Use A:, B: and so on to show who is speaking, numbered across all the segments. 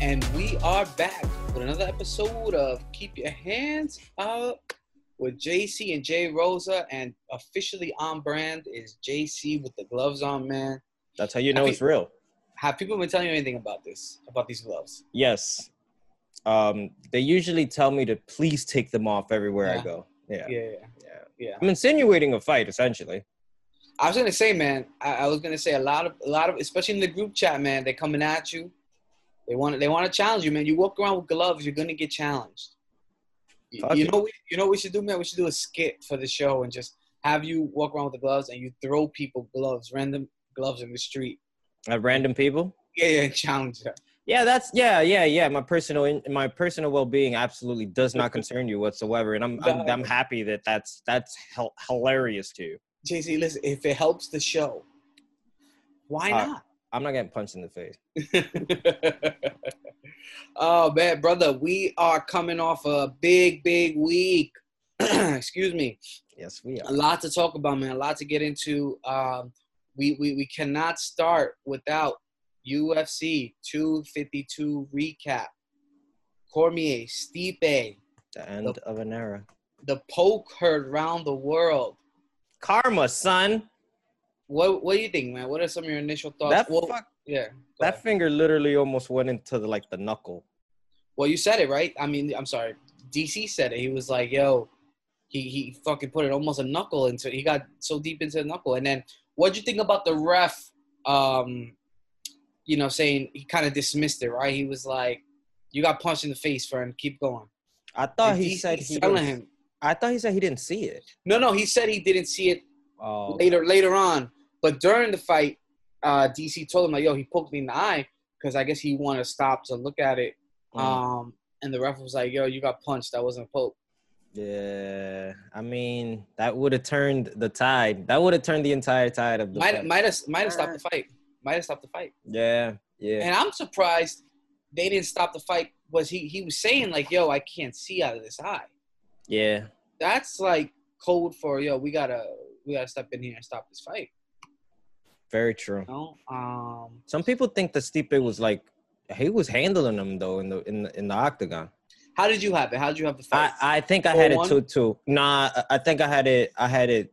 A: And we are back with another episode of Keep Your Hands Up with JC and Jay Rosa. And officially on brand is JC with the gloves on, man.
B: That's how you know
A: Happy-
B: it's real.
A: Have people been telling you anything about this, about these gloves?
B: Yes. Um, they usually tell me to please take them off everywhere
A: Yeah.
B: I go. Yeah.
A: Yeah, yeah,
B: yeah.
A: yeah.
B: I'm insinuating a fight, essentially.
A: I was gonna say, man, I, I was gonna say a lot of a lot of especially in the group chat, man, they're coming at you. They want they want to challenge you, man. You walk around with gloves, you're gonna get challenged. You,
B: Fuck
A: you
B: it.
A: know, we, you know, what we should do, man. We should do a skit for the show and just have you walk around with the gloves and you throw people gloves, random gloves in the street.
B: At random people.
A: Yeah, yeah, and challenge them.
B: Yeah, that's yeah, yeah, yeah. My personal in- my personal well-being absolutely does not concern you whatsoever, and I'm I'm,
A: No.
B: I'm happy that that's that's hel- hilarious to you.
A: JC, listen, if it helps the show, why
B: Uh,
A: not?
B: I'm not getting punched in the face.
A: oh man, brother, we are coming off a big, big week. Excuse me.
B: Yes, we
A: a
B: are.
A: lot to talk about, man. A lot to get into. Um, we, we we cannot start without UFC 252 recap. Cormier, Stipe,
B: The end of an era.
A: the poke heard round the world.
B: Karma, son.
A: What what do you think, man? What are some of your initial thoughts?
B: That
A: well,
B: fuck,
A: yeah. go
B: that
A: ahead.
B: finger literally almost went into the, like the knuckle.
A: well, you said it right. I mean, I'm sorry. DC said it. He was like, "Yo, he he fucking put it almost a knuckle into. He got so deep into the knuckle." And then, what'd you think about the ref? Um, you know, saying he kind of dismissed it, right? He was like, "You got punched in the face, friend. Keep going."
B: I thought
A: And
B: he
A: DC
B: said he
A: telling
B: didn't-
A: him.
B: I thought he said he didn't see it.
A: No, no, he said he didn't see it
B: Oh,
A: later later on. But during the fight, uh, DC told him like, "Yo, he poked me in the eye because I guess he wanted to stop to look at it." Um, and the ref was like, "Yo, you got punched. That wasn't a poke."
B: yeah. I mean, that would have turned the tide. That would have turned the entire tide of the
A: might
B: fight.
A: might have might have stopped the fight. Might have stopped the fight.
B: yeah, yeah.
A: And I'm surprised they didn't stop the fight. Was he he was saying like, "Yo, I can't see out of this eye."
B: yeah.
A: That's like code for yo. We gotta we gotta step in here and stop this fight.
B: Very true.
A: You know? Um,
B: Some people think that Stipe was like he was handling him though in the in the, in the octagon.
A: how did you have it? How did you have the fight?
B: I I think I had it
A: 4-1?
B: two two. Nah, I- I think I had it. I had it.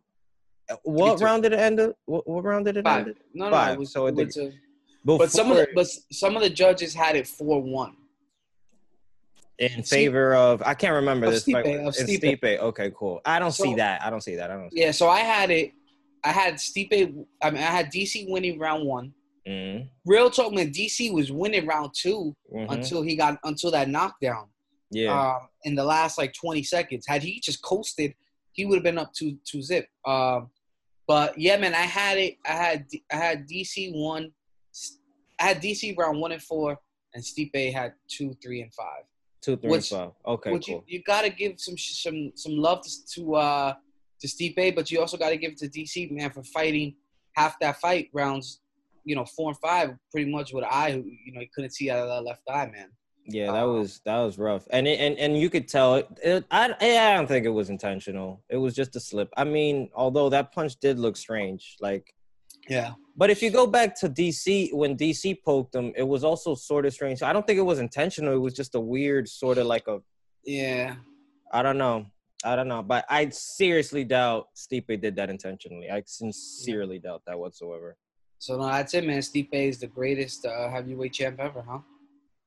B: What
A: 3-2.
B: round did it end? Up? What, what round did it
A: Five.
B: end? Up?
A: No, no,
B: Five,
A: it was,
B: so I
A: it was a-
B: Before,
A: but some of the, but some of the judges had it four one.
B: in
A: Sti-
B: favor of I can't remember
A: Of
B: this
A: Stipe,
B: fight.
A: of
B: in
A: Stipe.
B: Stipe. Okay, cool. I don't see
A: So-
B: that. I don't see that. I don't. See
A: Yeah, so I had it. I had Stipe. I mean, I had DC winning round one.
B: Mm,
A: Real talk, man. DC was winning round 2
B: mhm.
A: until he got until that knockdown.
B: yeah.
A: um, in the last like 20 seconds. Had he just coasted, he would have been up to two zip. Um, but yeah, man, I had it. I had D- I had DC one. I had DC round one and four, and Stipe had two, three, and five.
B: Two, three,
A: Which-
B: and five. Okay,
A: Which
B: cool.
A: you, you gotta give some sh- some some love to to, uh, to Stipe, but you also gotta give it to DC man for fighting half that fight rounds. You know, four and five, pretty much with an eye. who, You know, he couldn't see out of that left eye, man.
B: yeah, that
A: uh,
B: was that was rough, and it, and and you could tell. It, it, I yeah, I don't think it was intentional. It was just a slip. I mean, although that punch did look strange, like.
A: Yeah,
B: But if you go back to DC when DC poked him, it was also sort of strange. I don't think it was intentional. It was just a weird sort of like a
A: yeah.
B: I don't know. I don't know, but I seriously doubt Stipe did that intentionally. I sincerely doubt that whatsoever.
A: So no, that's it, man. Stipe is the greatest uh, heavyweight champ ever, huh?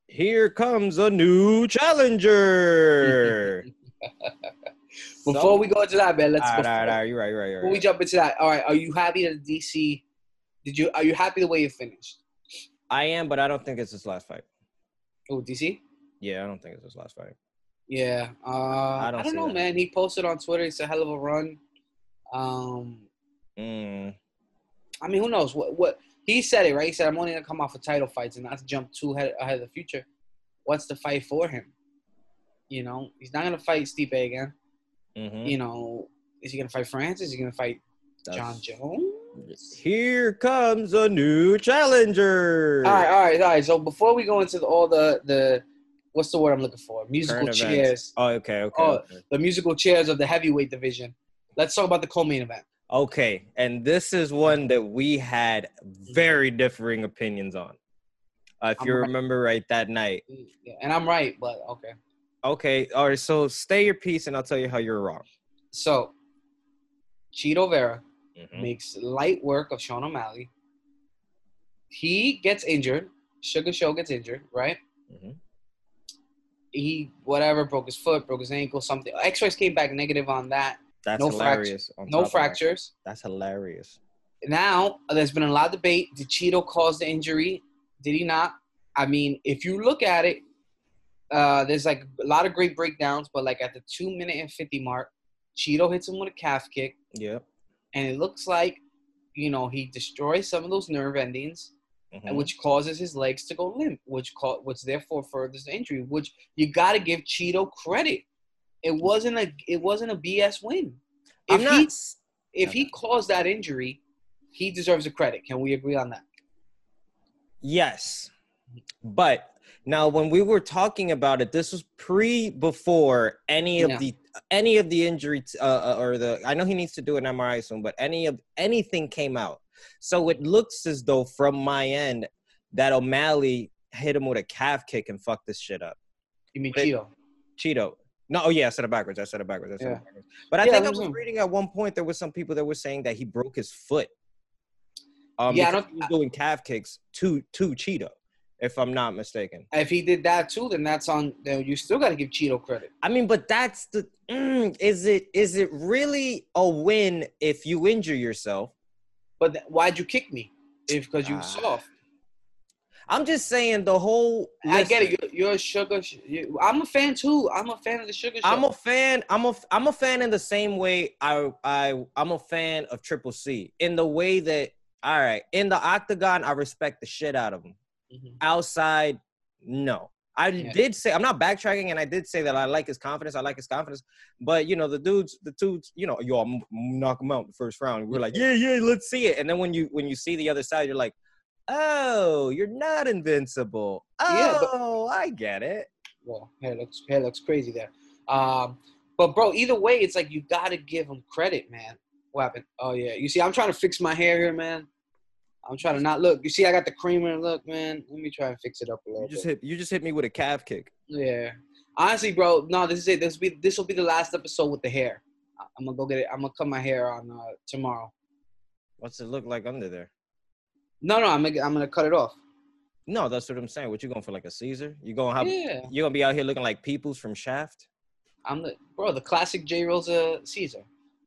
B: Here comes a new challenger.
A: Before we go into that, man, let's.
B: all right, all
A: before,
B: right, all right, you're right, you're right, you're
A: before we
B: right.
A: jump into that, all right. Are you happy that DC? Did you? Are you happy the way it finished?
B: I am, but I don't think it's his last fight.
A: Oh, DC.
B: Yeah, I don't think it's his last fight.
A: Yeah. Uh, I
B: don't
A: don't,
B: see
A: know,
B: that.
A: man. He posted on Twitter. It's a hell of a run. Um,
B: Mm,
A: I mean, who knows what? What he said it right. He said, "I'm only gonna come off of title fights and not to jump too ahead, ahead of the future." What's the fight for him? You know, he's not gonna fight Stipe again.
B: mhm.
A: You know, is he gonna fight Francis? Is he gonna fight John
B: That's-
A: Jones?
B: Here comes a new challenger.
A: All right, all right, all right. So before we go into the, all the the what's the word I'm looking for? Musical
B: Current
A: chairs,
B: events. Oh, okay, okay,
A: Oh.
B: okay.
A: the musical chairs of the heavyweight division. Let's talk about the co-main event.
B: Okay, and this is one that we had very differing opinions on. uh, if
A: I'm
B: you
A: right.
B: remember right that night.
A: Yeah, and I'm right, but okay.
B: Okay, all right. So stay your peace, and I'll tell you how you're wrong.
A: So, Cheeto Vera
B: Hmm. Mm-hmm,
A: makes light work of Sean O'Malley. He gets injured. Sugar Show gets injured, right?
B: Mhm.
A: He whatever broke his foot, broke his ankle, something. X-rays came back negative on that.
B: That's
A: No fracture-
B: hilarious. on
A: No
B: top of that.
A: fractures.
B: That's hilarious.
A: Now there's been a lot of debate. Did Cheeto cause the injury? Did he not? I mean, if you look at it, uh, there's like a lot of great breakdowns, but like at the two minute and fifty mark, Cheeto hits him with a calf kick.
B: Yep.
A: and it looks like you know he destroys some of those nerve endings
B: Mhm.
A: and which causes his legs to go limp which ca- which therefore furthers the injury which you got to give cheeto credit it wasn't a it wasn't a bs win if
B: I'm not.
A: he
B: s-
A: if he caused that injury he deserves the credit can we agree on that
B: Yes, but now when we were talking about it, this was pre before any of
A: Yeah.
B: the any of the injury t- uh, uh, or the. I know he needs to do an MRI soon, but any of anything came out, so it looks as though from my end that O'Malley hit him with a calf kick and fucked this shit up.
A: you mean
B: But-
A: cheeto
B: Cheeto. No, oh yeah, I said it backwards. I said it backwards. I said
A: Yeah.
B: it backwards. But I
A: Yeah,
B: think I
A: that's
B: was
A: what I'm-
B: reading at one point there were some people that were saying that he broke his foot. Um,
A: Yeah, I
B: yeah,
A: don't-
B: he was doing calf kicks to to Cheeto, if I'm not mistaken.
A: if he did that too then that's on then you still got to give cheeto credit
B: I mean, but that's the mm, is it is it really a win if you injure yourself?
A: but th- why'd you kick me if because you
B: Ah.
A: soft
B: I'm just saying the whole.
A: I get it.
B: listen,
A: You're, you're a sugar. Sh- you, I'm a fan too. I'm a fan of the sugar. Show.
B: I'm a fan. I'm a I'm a fan in the same way I I I'm a fan of Triple C in the way that all right in the octagon I respect the shit out of him.
A: Mhm.
B: outside, no. I
A: Yeah.
B: did say I'm not backtracking, and I did say that I like his confidence. I like his confidence, but you know the dudes, the dudes, you know, yo, I'm gonna knock him out in the first round. We're like, yeah, yeah, let's see it. And then when you when you see the other side, you're like, oh, you're not invincible.
A: Yeah, but-
B: Oh, I get it.
A: Well, hair looks hair looks crazy there. Um, but bro, either way, it's like you gotta give him credit, man. What happened? Oh yeah, you see, I'm trying to fix my hair here, man. I'm trying to not look. You see, I got the creamer. Look, man. Let me try and fix it up a little
B: You just
A: bit.
B: hit you just hit me with a calf kick.
A: yeah. Honestly, bro, no, this is it. This will be this will be the last episode with the hair. I- I'm gonna go get it. I'm gonna cut my hair on uh, tomorrow.
B: What's it look like under there?
A: No, no, I'm gonna, I'm gonna cut it off.
B: No, that's what I'm saying. What you going for like a Caesar? You gonna have
A: yeah,
B: you gonna be out here looking like Peoples from Shaft?
A: I'm the bro. The classic J Rosa Caesar.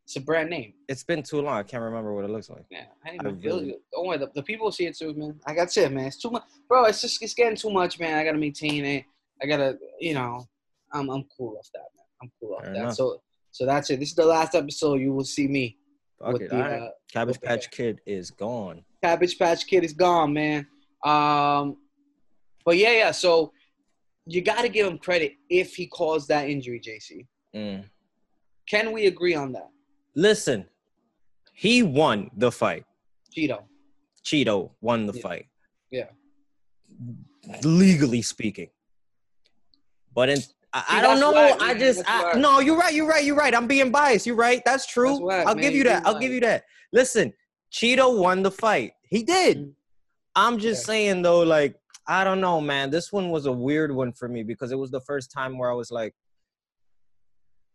A: It's a brand name.
B: It's been too long. I can't remember what it looks like.
A: Yeah, I didn't
B: I
A: even feel
B: really-
A: you. Don't worry, the, the people see it too, man. I got it, man. It's too much, bro. It's just it's getting too much, man. I gotta maintain it. I gotta, you know, I'm I'm cool off that, man. I'm cool off
B: Fair
A: that.
B: enough.
A: So so that's it. This is the last episode. You will see me
B: Fuck
A: with
B: it.
A: the
B: all right.
A: uh,
B: Cabbage
A: with the hair.
B: Patch Kid is gone.
A: Cabbage Patch Kid is gone, man. Um, but yeah, yeah. So you gotta give him credit if he caused that injury, JC.
B: Mm.
A: Can we agree on that,
B: Listen, he won the fight.
A: Cheeto?
B: Cheeto won the
A: Yeah.
B: fight.
A: Yeah.
B: Legally speaking. But in, I, I don't
A: that's
B: know.
A: why,
B: I
A: man,
B: just
A: that's
B: I,
A: why.
B: no. You're right. You're right. You're right. I'm being biased. You're right. That's true.
A: That's why,
B: I'll
A: man,
B: give you
A: you're
B: that.
A: being
B: I'll give you that. Listen, Cheeto won the fight. He did.
A: Mhm.
B: I'm just
A: Yeah.
B: saying though, like I don't know, man. This one was a weird one for me because it was the first time where I was like,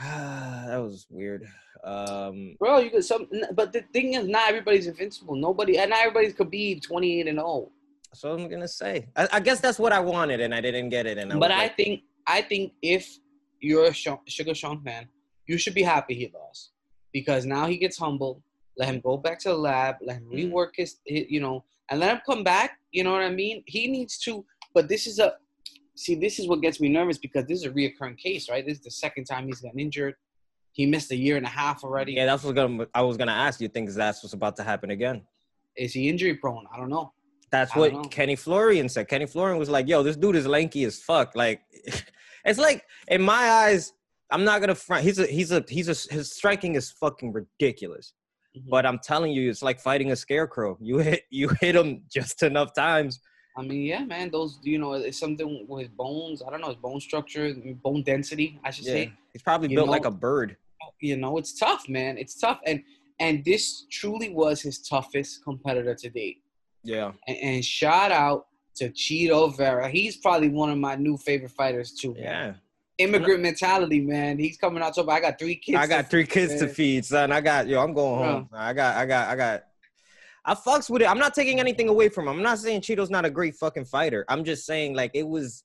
B: that was weird. Um,
A: Bro, you could some, n- but the thing is, not everybody's invincible. Nobody, and not everybody's Khabib twenty eight and oh. zero.
B: so I'm gonna say, I, I guess that's what I wanted, and I didn't get it. And I
A: But
B: was
A: I
B: like,
A: think, I think if you're a Sha- Sugar Sean fan, you should be happy he lost because now he gets humble. Let him go back to the lab. Let him
B: Mhm.
A: rework his, hi- you know, and let him come back. You know what I mean? He needs to. But this is a, see, this is what gets me nervous because this is a reoccurring case, right? This is the second time he's gotten injured. He missed a year and a half already.
B: yeah, that's what gonna, I was gonna ask. You think that's what's about to happen again?
A: Is he injury prone? I don't know.
B: That's
A: I don't know.
B: what Kenny Florian said. Kenny Florian was like, "Yo, this dude is lanky as fuck." Like, it's like in my eyes, I'm not gonna front. He's a he's a he's a his striking is fucking ridiculous.
A: Mhm.
B: But I'm telling you, it's like fighting a scarecrow. You hit you hit him just enough times.
A: I mean, yeah, man. Those, you know, it's something with his bones. I don't know his bone structure, bone density. I should say.
B: He's probably
A: You
B: built
A: know-
B: like a bird.
A: You know, it's tough, man. It's tough, and and this truly was his toughest competitor to date.
B: Yeah.
A: And, and shout out to Cheeto Vera. He's probably one of my new favorite fighters too.
B: Yeah.
A: Immigrant mentality, man. He's coming out so I got three kids.
B: I got
A: to-
B: three kids to
A: man.
B: feed, son. I got yo. I'm going
A: Bro.
B: home. I got. I got. I got. I fucks with it. I'm not taking anything away from him. I'm not saying Cheeto's not a great fucking fighter. I'm just saying like it was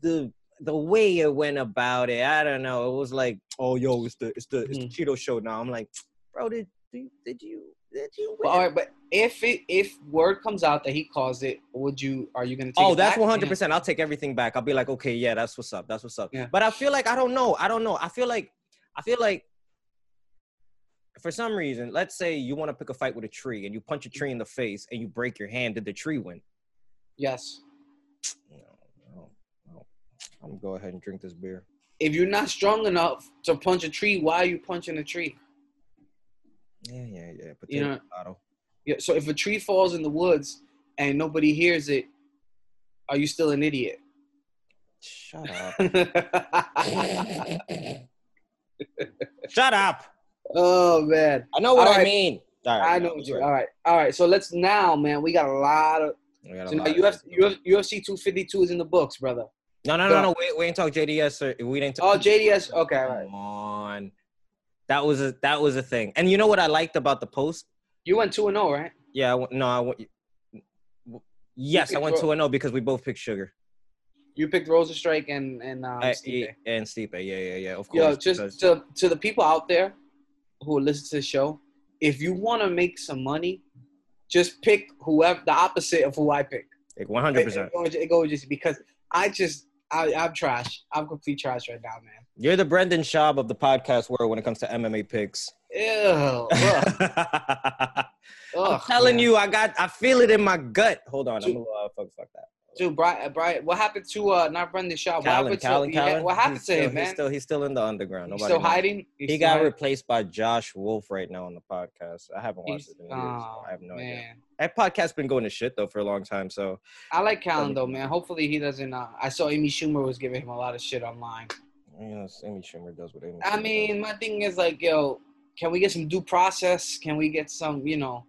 B: the the way it went about it. I don't know. It was like, oh yo, it's the it's the it's the
A: Mm.
B: Cheeto show now. I'm like, bro, did do you, did you did you?
A: But, all right, but if it if word comes out that he caused it, would you are you gonna take
B: Oh,
A: it
B: that's
A: back?
B: one hundred percent. I'll take everything back. I'll be like, okay, yeah, that's what's up. That's what's up.
A: Yeah.
B: But I feel like I don't know. I don't know. I feel like I feel like for some reason, let's say you want to pick a fight with a tree and you punch a tree in the face and you break your hand. Did the tree win?
A: Yes.
B: No, no, no. I'm gonna go ahead and drink this beer.
A: If you're not strong enough to punch a tree, why are you punching a tree?
B: Yeah, yeah, yeah. Potato,
A: You know-
B: potato.
A: Yeah, so if a tree falls in the woods and nobody hears it, are you still an idiot?
B: Shut up. Shut up.
A: oh man,
B: I know what
A: All
B: I
A: right.
B: mean. All right,
A: I know
B: all
A: what you.
B: right.
A: All right, all right. So let's now, man. We got a lot of.
B: We got a
A: So now
B: lot of
A: UFC,
B: shit to do.
A: UFC, UFC 252 is in the books, brother.
B: No, no, no, no. We, we ain't talk JDS. Or, we didn't
A: Oh,
B: talk.
A: JDS. Okay, all right.
B: Come on. That was a that was a thing. And you know what I liked about the post?
A: You went two and zero, right?
B: Yeah, I, went- no, I went. Yes, I went two and zero because we both picked Sugar
A: You picked Rosa Strike and and um,
B: I-
A: Stipe.
B: and Stipe. Yeah, yeah, yeah. Of course.
A: Yo, just
B: because-
A: to, to the people out there who listen to the show, if you want to make some money, just pick whoever the opposite of who I pick.
B: like one hundred
A: It,
B: percent.
A: it goes- it goes just because I just I, I'm trash. I'm complete trash right now, man.
B: You're the Brendan Schaub of the podcast world when it comes to MMA picks.
A: Ew. Ugh,
B: I'm
A: ugh,
B: telling
A: man.
B: you, I got, I feel it in my gut. Hold on, I'm
A: Dude.
B: gonna uh, fuck, fuck that.
A: dude, Brian, Brian. uh, What happened to uh not Brendan Shaw? What
B: Callan,
A: happened to,
B: Callan,
A: yeah,
B: Callan.
A: what happened
B: he's
A: to
B: still,
A: him,
B: He's
A: man?
B: still, he's still in the underground.
A: He's
B: Nobody
A: still
B: knows.
A: hiding. He's
B: He
A: still
B: got
A: hiding?
B: replaced by Josh Wolf right now on the podcast. I haven't watched
A: He's-
B: it in years. so
A: Oh,
B: I have no idea.
A: man.
B: That podcast's been going to shit though for a long time. So
A: I like Callan though, man. Hopefully he doesn't. Uh, I saw Amy Schumer was giving him a lot of shit online.
B: you know, Amy Schumer does what Amy. Schumer
A: I
B: does.
A: mean, my thing is like, yo, can we get some due process? Can we get some, you know,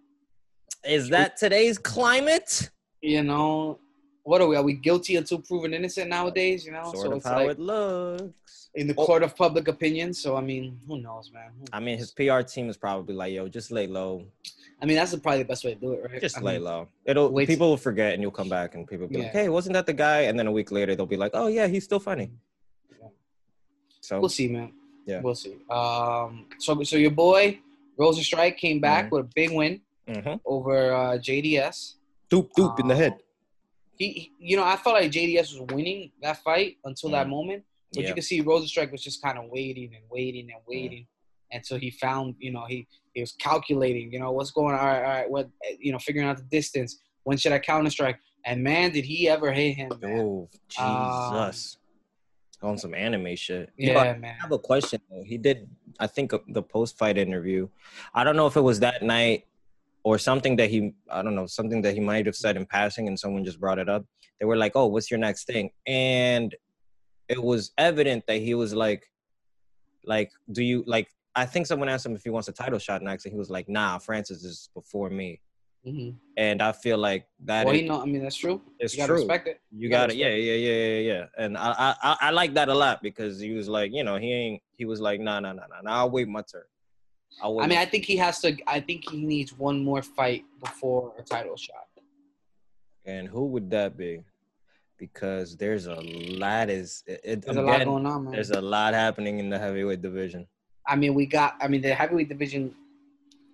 B: is that today's climate?
A: you know, what are we? Are we guilty until proven innocent nowadays? You know,
B: Sort
A: so
B: of
A: it's
B: how
A: like
B: it Oh. looks.
A: in the court of public opinion. So I mean, who knows, man? Who
B: I mean, his
A: knows?
B: PR team is probably like, "Yo, just lay low,
A: I mean, that's the- probably the best way to do it, right?
B: just
A: I
B: lay
A: mean,
B: low." It'll
A: wait-
B: people will forget, and you'll come back, and people will be like,
A: Yeah.
B: "Hey, wasn't that the guy?" And then a week later, they'll be like, "Oh yeah, he's still funny."
A: Yeah.
B: So
A: We'll see, man.
B: Yeah.
A: we'll see. Um, so so your boy Rosa Strike came back
B: Mhm.
A: with a big win
B: mhm.
A: over uh, JDS.
B: doop doop in the head.
A: he, he- you know, I felt like JDS was winning that fight until that moment, but
B: Mm. Yeah. Mm.
A: you could see Rosenstrike was just kind of waiting and waiting and waiting until he found, you know, he he was calculating, you know, what's going on, all right, all right, what, you know, figuring out the distance. When should I counter strike? And man, did he ever hit him, man.
B: Oh
A: Um,
B: Jesus! On some anime shit. Yo,
A: yeah,
B: I
A: man.
B: have a question though. He did, I think, uh, the post-fight interview. I don't know if it was that night or something that he, I don't know, something that he might have said in passing, and someone just brought it up. They were like, "Oh, what's your next thing?" And it was evident that he was like, "Like, do you like?" I think someone asked him if he wants a title shot next, and he was like, "Nah, Francis is before me."
A: hmm
B: And I feel like that
A: Well,
B: is-
A: you know, I mean, that's true.
B: is
A: you gotta
B: true.
A: respect it.
B: You
A: gotta
B: got it. Yeah, yeah, yeah, yeah, yeah. And I, I, I- I like that a lot because he was like, you know, he ain't. He was like, nah, nah, nah, nah. nah I'll wait my turn. I'll wait.
A: I mean, I think he has to. I think he needs one more fight before a title shot.
B: and who would that be? Because there's a lot is. It, it-
A: There's a lot
B: again,
A: going on, man.
B: there's a lot happening in the heavyweight division.
A: I mean, we got. I mean, the heavyweight division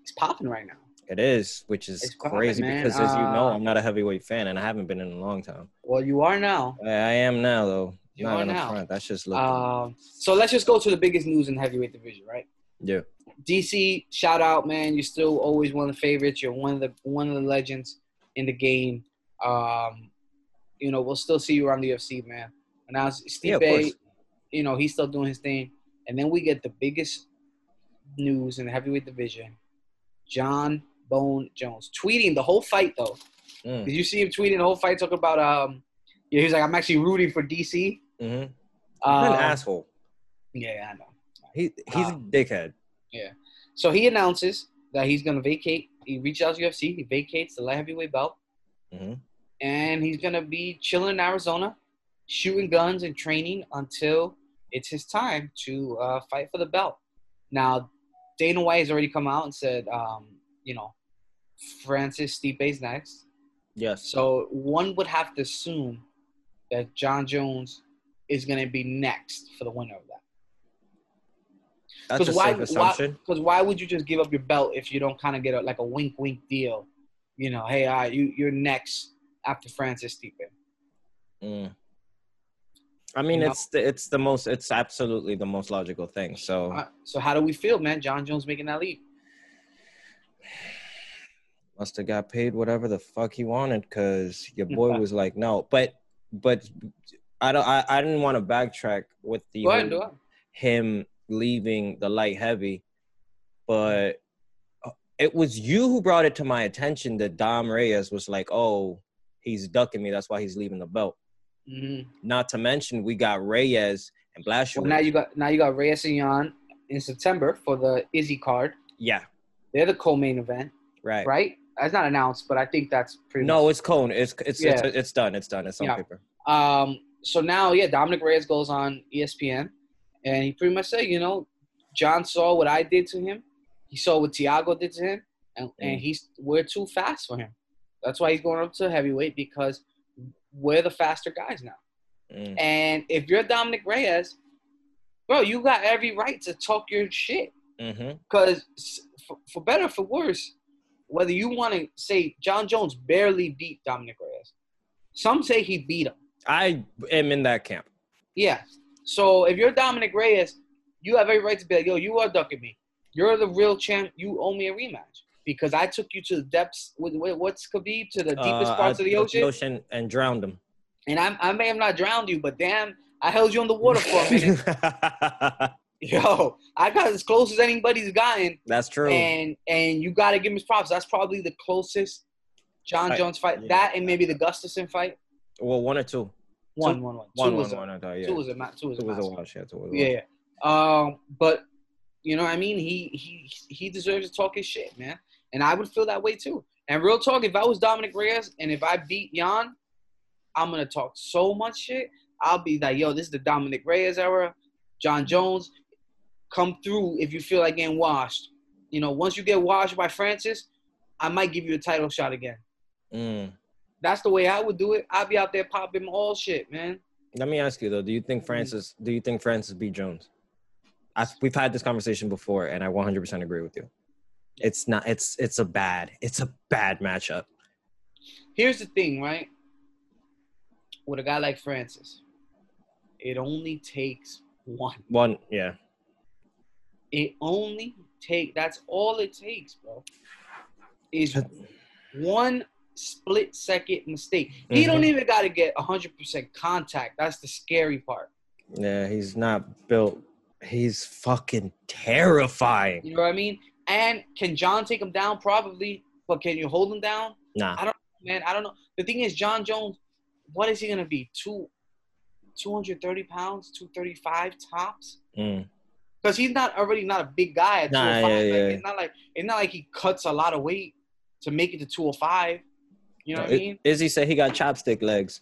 A: is popping right now.
B: It is, which is
A: It's poppin',
B: crazy
A: man.
B: because as you know,
A: Uh,
B: I'm not a heavyweight fan and I haven't been in a long time.
A: Well, you are now.
B: I, I am now though.
A: You
B: not
A: are
B: gonna
A: now.
B: front. That's just looking.
A: Um, so let's just go to the biggest news in the heavyweight division, right?
B: yeah.
A: DC, shout out, man. You're still always one of the favorites. You're one of the one of the legends in the game. Um, you know, we'll still see you around the UFC, man. And now
B: Yeah, of
A: Stipe,
B: course.
A: you know, he's still doing his thing. And then we get the biggest news in the heavyweight division. John Bone Jones tweeting the whole fight though.
B: Mm.
A: Did you see him tweeting the whole fight talking about um yeah, he was like, I'm actually rooting for DC.
B: hmm
A: Um,
B: an asshole.
A: yeah, I know.
B: He he's
A: uh,
B: a dickhead.
A: So he announces that he's going to vacate. He reaches out to UFC. He vacates the light heavyweight belt.
B: Mhm.
A: and he's gonna be chilling in Arizona, shooting guns and training until it's his time to uh, fight for the belt. Now, Dana White has already come out and said, um, you know, Francis Stipe is next.
B: Yes.
A: So one would have to assume that John Jones is going to be next for the winner of that.
B: That's a
A: Because why-
B: safe assumption.
A: Because why would you just give up your belt if you don't kind of get a, like a wink, wink deal? You know, hey, uh, you you're next after Francis Stipe.
B: Mm. I mean,
A: No.
B: it's the, it's the most it's absolutely the most logical thing. So
A: Uh, so how do we feel, man? John Jones making that leap.
B: must have got paid whatever the fuck he wanted because your boy was like no, but but I don't I, I didn't want to backtrack with the
A: Go ahead,
B: whole
A: do it. Mm.
B: him leaving the light heavy, but uh, it was you who brought it to my attention that Dom Reyes was like, oh, he's ducking me. That's why he's leaving the belt.
A: Mhm.
B: Not to mention we got Reyes and Blasher.
A: Well, now you got now you got Reyes and Jan in September for the Izzy card.
B: yeah,
A: They're the co-main event,
B: right.
A: right? That's not announced, but I think that's pretty.
B: No, it's cone. It's it's
A: Yeah.
B: it's, it's done. It's done. It's on
A: Yeah.
B: paper.
A: Um, so now, yeah, Dominic Reyes goes on E ESPN, and he pretty much said, you know, John saw what I did to him. He saw what Tiago did to him, and, and he's we're too fast for him. That's why he's going up to heavyweight because we're the faster guys now.
B: Mm.
A: And if you're Dominic Reyes, bro, you got every right to talk your shit.
B: hmm
A: Because for, for better or for worse, whether you want to say John Jones barely beat Dominic Reyes, some say he beat him.
B: I am in that camp.
A: Yeah. So if you're Dominic Reyes, you have every right to be like, yo, you are ducking me. You're the real champ. You owe me a rematch because I took you to the depths. With, with, what's Khabib to the deepest
B: Uh,
A: parts
B: I
A: of the
B: took
A: ocean?
B: and drowned him.
A: And I, I may have not drowned you, but damn, I held you on the water for a minute. yo, I got as close as anybody's gotten,
B: That's true.
A: and and you got to give him his props. That's probably the closest John
B: Fight.
A: Jones fight.
B: Yeah.
A: That and maybe the Gustafson fight.
B: well, one or two.
A: One, one, one. Two
B: One,
A: was
B: one,
A: a-
B: one. I thought, yeah.
A: Two was a ma- Two was a
B: Two was a
A: massive.
B: wash. Yeah, two was a wash.
A: Yeah. Um, but you know what I mean? He he he deserves to talk his shit, man. And I would feel that way too. And real talk, if I was Dominic Reyes and if I beat Jan, I'm gonna talk so much shit. I'll be like, yo, this is the Dominic Reyes era. John Jones, come through if you feel like getting washed. You know, once you get washed by Francis, I might give you a title shot again.
B: Mm.
A: That's the way I would do it. I'd be out there popping all shit, man.
B: Let me ask you though. Do you think
A: Mm-hmm.
B: Francis? Do you think Francis B. Jones? I, we've had this conversation before, and I 100% agree with you. It's not. It's it's a bad. It's a bad matchup.
A: here's the thing, right? With a guy like Francis, it only takes one.
B: One. Yeah.
A: It only take that's all it takes, bro. Is one split second mistake. He don't
B: Mhm.
A: even gotta get hundred percent contact. That's the scary part.
B: Yeah. He's not built. He's fucking terrifying.
A: You know what I mean? And can John take him down? Probably, but can you hold him down?
B: Nah.
A: Man, I don't know. The thing is, John Jones, what is he gonna be? Two, two hundred thirty pounds, two thirty five tops.
B: Mm.
A: because he's not already not a big guy at
B: Nah,
A: 205.
B: yeah,
A: like,
B: yeah.
A: It's not like it's not like he cuts a lot of weight to make it to 205. You know what I mean?
B: Izzy said he got chopstick legs.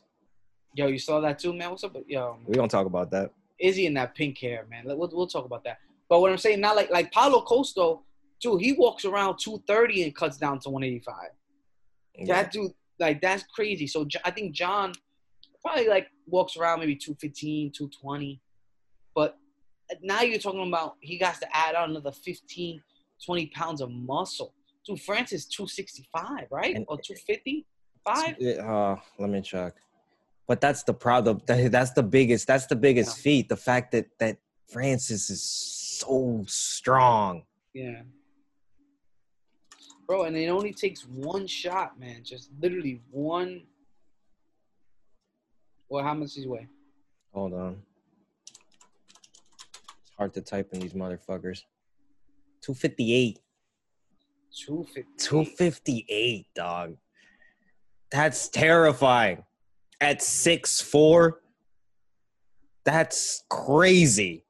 A: Yo, you saw that too, man. What's up? with- Yo,
B: We don't talk about that.
A: Izzy in that pink hair, man. Like, We'll, we'll talk about that. But what I'm saying, not like like Paulo Costo, dude. He walks around 230 and cuts down to 185. That dude, like that's crazy. So Jo- I think John probably like walks around maybe 215, 220. But now you're talking about he got to add on another 15, 20 pounds of muscle. Dude, Francis 265, right?
B: And-
A: or 255?
B: Uh, let me check. But that's the problem. That- That's the biggest. That's the biggest
A: Yeah.
B: feat. The fact that that Francis is so strong.
A: Yeah. Bro, and it only takes one shot, man. Just literally one. Well, how much does he weigh?
B: Hold on. It's hard to type in these motherfuckers. 258.
A: 250.
B: 258, dog. That's terrifying. At six four. that's crazy.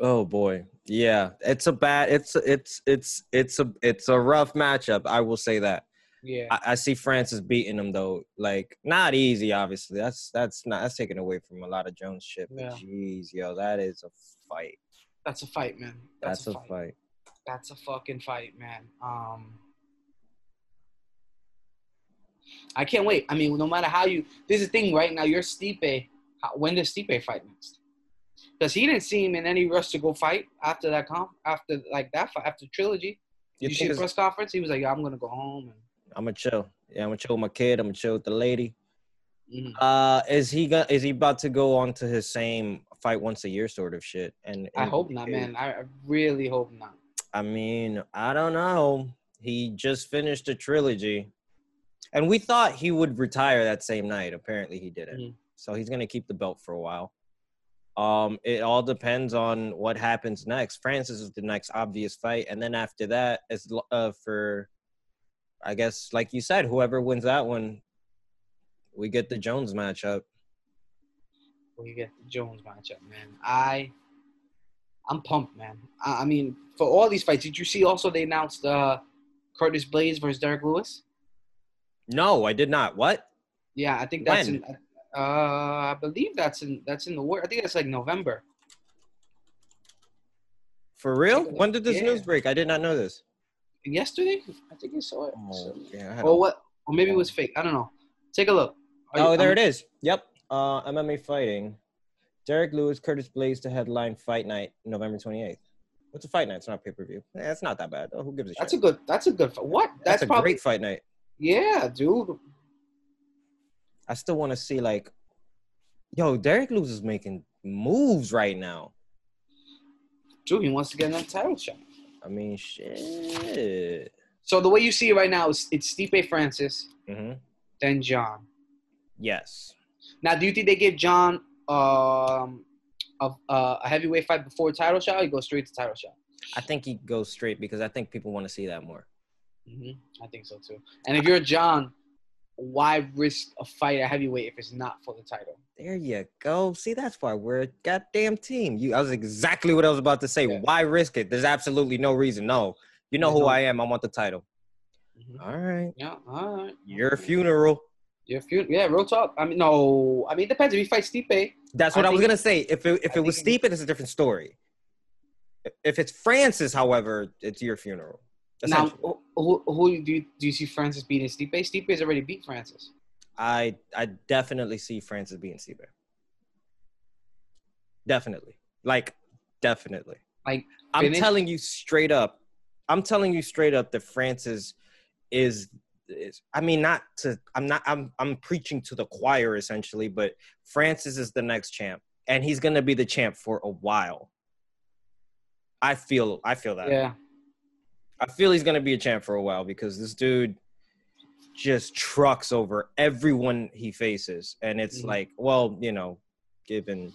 B: Oh boy. Yeah, it's a bad it's it's it's it's a it's a rough matchup, I will say that.
A: Yeah.
B: I, I see Francis beating him though. Like not easy, obviously. That's that's not that's taken away from a lot of Jones shit. But
A: Yeah.
B: jeez, yo, that is a fight.
A: That's a fight, man.
B: That's, a, fight.
A: That's a fucking fight, man. Um, I can't wait. I mean, no matter how you, this is the thing right now. You're Stipe. How, when does Stipe fight next? Because he didn't seem in any rush to go fight after that comp, after like that fight, after trilogy.
B: You,
A: you see
B: think
A: the
B: it's,
A: press conference? He was like, "Yeah, I'm gonna go home."
B: I'm gonna chill. Yeah, I'm gonna chill with my kid. I'm gonna chill with the lady.
A: And, mhm.
B: Uh, is he going is he about to go on to his same fight once a year sort of shit? And,
A: I
B: and-
A: hope not, man. I I really hope not.
B: I mean, I don't know. He just finished a trilogy, and we thought he would retire that same night. Apparently, he didn't.
A: Mhm.
B: So he's gonna keep the belt for a while. Um, it all depends on what happens next. Francis is the next obvious fight, and then after that, it's l- uh, for, I guess, like you said, whoever wins that one, we get the Jones matchup.
A: we get the Jones matchup, man. I, I'm pumped, man. I, I mean, for all these fights, did you see also they announced uh, Curtis Blaze versus Derek Lewis?
B: No, I did not. What?
A: Yeah, I think that's
B: When?
A: in. Uh, I believe that's in that's in the work. I think that's like November.
B: For real? When did this
A: Yeah.
B: news break? I did not know this.
A: Yesterday, I think I saw it.
B: Oh, yeah, I had a
A: or what? Or maybe it was fake. I don't know. Take a look.
B: Oh, there it is. Yep. Uh, MMA fighting. Derek Lewis, Curtis Blaze to headline Fight Night, November 28th. What's a fight night? It's not pay per view. Eh, it's not that bad. Oh, who gives a
A: That's a
B: shit?
A: good. That's a good. fi- What? That's,
B: a
A: probably.
B: great fight night.
A: Yeah, dude.
B: I still want to see like, yo, Derek Lewis is making moves right now.
A: Dude, he wants to get another title shot.
B: I mean, shit.
A: So the way you see it right now is it's Stipe Francis,
B: hmm
A: then John.
B: Yes.
A: Now, do you think they give John um, a, a heavyweight fight before title shot? Or he goes straight to title shot.
B: I think he goes straight because I think people want to see that more.
A: Mm-hmm. I think so too. And if you're John, why risk a fight at heavyweight if it's not for the title?
B: There you go. See, that's why we're a goddamn team. You, I was exactly what I was about to say.
A: Yeah.
B: Why risk it? There's absolutely no reason. No, you know
A: There's
B: who
A: no-
B: I am. I want the title.
A: Mhm.
B: All right,
A: Yeah, all right.
B: your funeral.
A: Your few. Yeah, real talk. I mean, no. I mean, it depends. If he fights Stipe,
B: That's what
A: I
B: I, was
A: think-
B: gonna say. If it, if
A: I
B: it was
A: think
B: Stipe, it's a different story. If it's Francis, however, it's your funeral.
A: now
B: Essentially.
A: who, who who do you, do you see Francis beating Stipe? Stipe has already beat Francis.
B: I I definitely see Francis being Stipe. Definitely. Like, definitely.
A: Like,
B: I'm
A: finish-
B: telling you straight up. I'm telling you straight up that Francis is is I mean not to I'm not I'm I'm preaching to the choir essentially, but Francis is the next champ and he's going to be the champ for a while. I feel I feel that.
A: Yeah,
B: I feel he's gonna be a champ for a while because this dude just trucks over everyone he faces, and it's
A: Mhm.
B: like, well, you know, given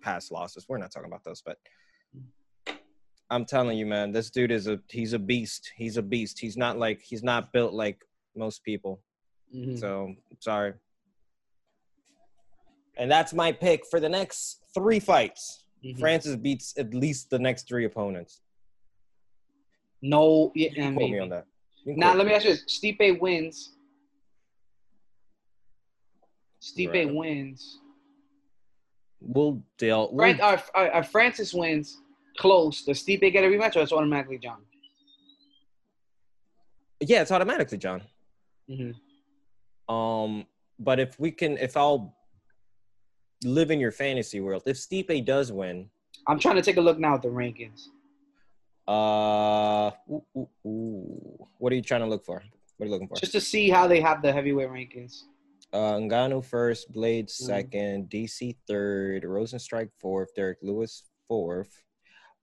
B: past losses, we're not talking about those, but I'm telling you, man, this dude is a he's a beast. He's a beast. He's not like he's not built like most people.
A: Mhm.
B: So sorry. And that's my pick for the next three fights.
A: Mhm.
B: Francis beats at least the next three opponents.
A: no. Yeah, I
B: Quote
A: mean,
B: me on that. You can
A: Now
B: quote
A: let me ask you this: Stipe wins. Stipe
B: Right.
A: wins.
B: We'll deal. We'll,
A: Frank, uh, uh, uh, Francis wins. Close. Does Stipe get a rematch, or it's automatically John?
B: yeah, it's automatically John.
A: hmm
B: Um, but if we can, if I'll live in your fantasy world, if Stipe does win,
A: I'm trying to take a look now at the rankings.
B: uh, ooh, ooh, ooh. what are you trying to look for? What are you looking for?
A: Just to see how they have the heavyweight rankings.
B: Uh, Ngannou first, Blade
A: Mhm.
B: second, DC third, Rosenstrike fourth, Derek Lewis fourth,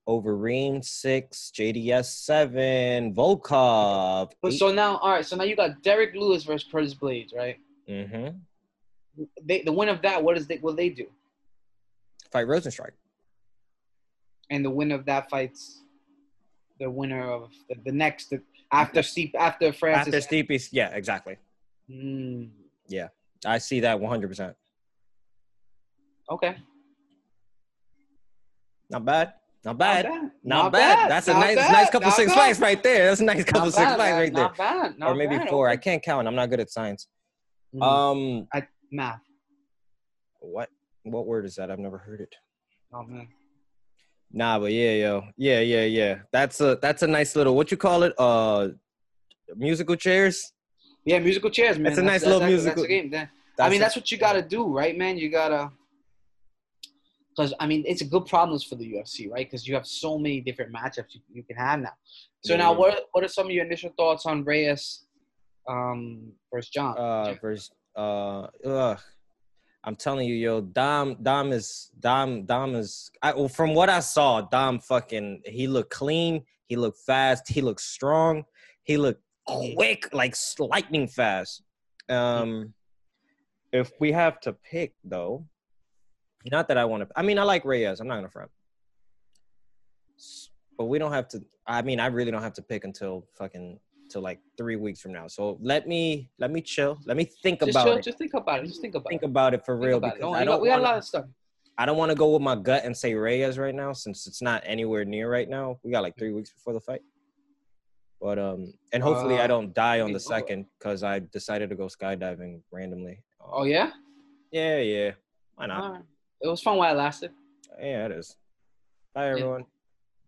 B: Overeem six, JDS seven, Volkov.
A: But so now, all right. So now you got Derek Lewis versus Curtis Blades, right?
B: mm-hmm.
A: They, the win of that, what is they, will they do?
B: Fight Rosenstrike.
A: And the win of that fights the winner of the, the next after Stipe after Francis.
B: After Stipe's, yeah, exactly.
A: Mm,
B: I see that 100%.
A: okay.
B: Not bad. Not bad. Not, bad. That's a
A: Not
B: nice,
A: bad.
B: nice couple
A: Not
B: Six
A: bad.
B: Flags right there. That's a nice
A: Not
B: couple Six
A: bad,
B: Flags
A: man.
B: right there,
A: Not bad. Not
B: or maybe
A: bad.
B: four. I can't count. I'm not good at science.
A: Mhm.
B: Um,
A: math.
B: what what word is that? I've never heard it.
A: Oh man.
B: Nah, but yeah, yo, yeah, yeah, yeah. That's a that's a nice little what you call it? Uh, musical chairs.
A: Yeah, musical chairs, man.
B: That's a nice little musical-
A: That's the game. That- I mean, that's what you gotta do, right, man? You gotta, because I mean, it's a good problems for the UFC, right? Because you have so many different matchups you, you can have now. So now,
B: Yeah.
A: what are- what are some of your initial thoughts on Reyes um, versus John?
B: uh versus uh ugh. I'm telling you, yo, Dom Dom is Dom Dom is I well, from what I saw, Dom fucking he looked clean, he looked fast, he looked strong, he looked quick, like s- lightning fast. Um if we have to pick though, not that I want to I mean I like Reyes, I'm not gonna front. S- But we don't have to I mean I really don't have to pick until fucking to like three weeks from now. So let me let me chill. Let me think
A: just
B: about
A: chill,
B: it.
A: just think about it. Just think about
B: think
A: it.
B: about it for
A: Think
B: real
A: about it.
B: because
A: Don't-
B: I
A: we
B: don't
A: got- we got a lot
B: wanna,
A: of stuff.
B: I don't want to go with my gut and say Reyes right now since it's not anywhere near right now. We got like three weeks before the fight. But um and hopefully
A: Uh,
B: I don't die on
A: we
B: the
A: go.
B: second because I decided to go skydiving randomly.
A: Oh yeah,
B: yeah, yeah. Why not?
A: All right. it was fun while it lasted.
B: Yeah, it is. Bye everyone.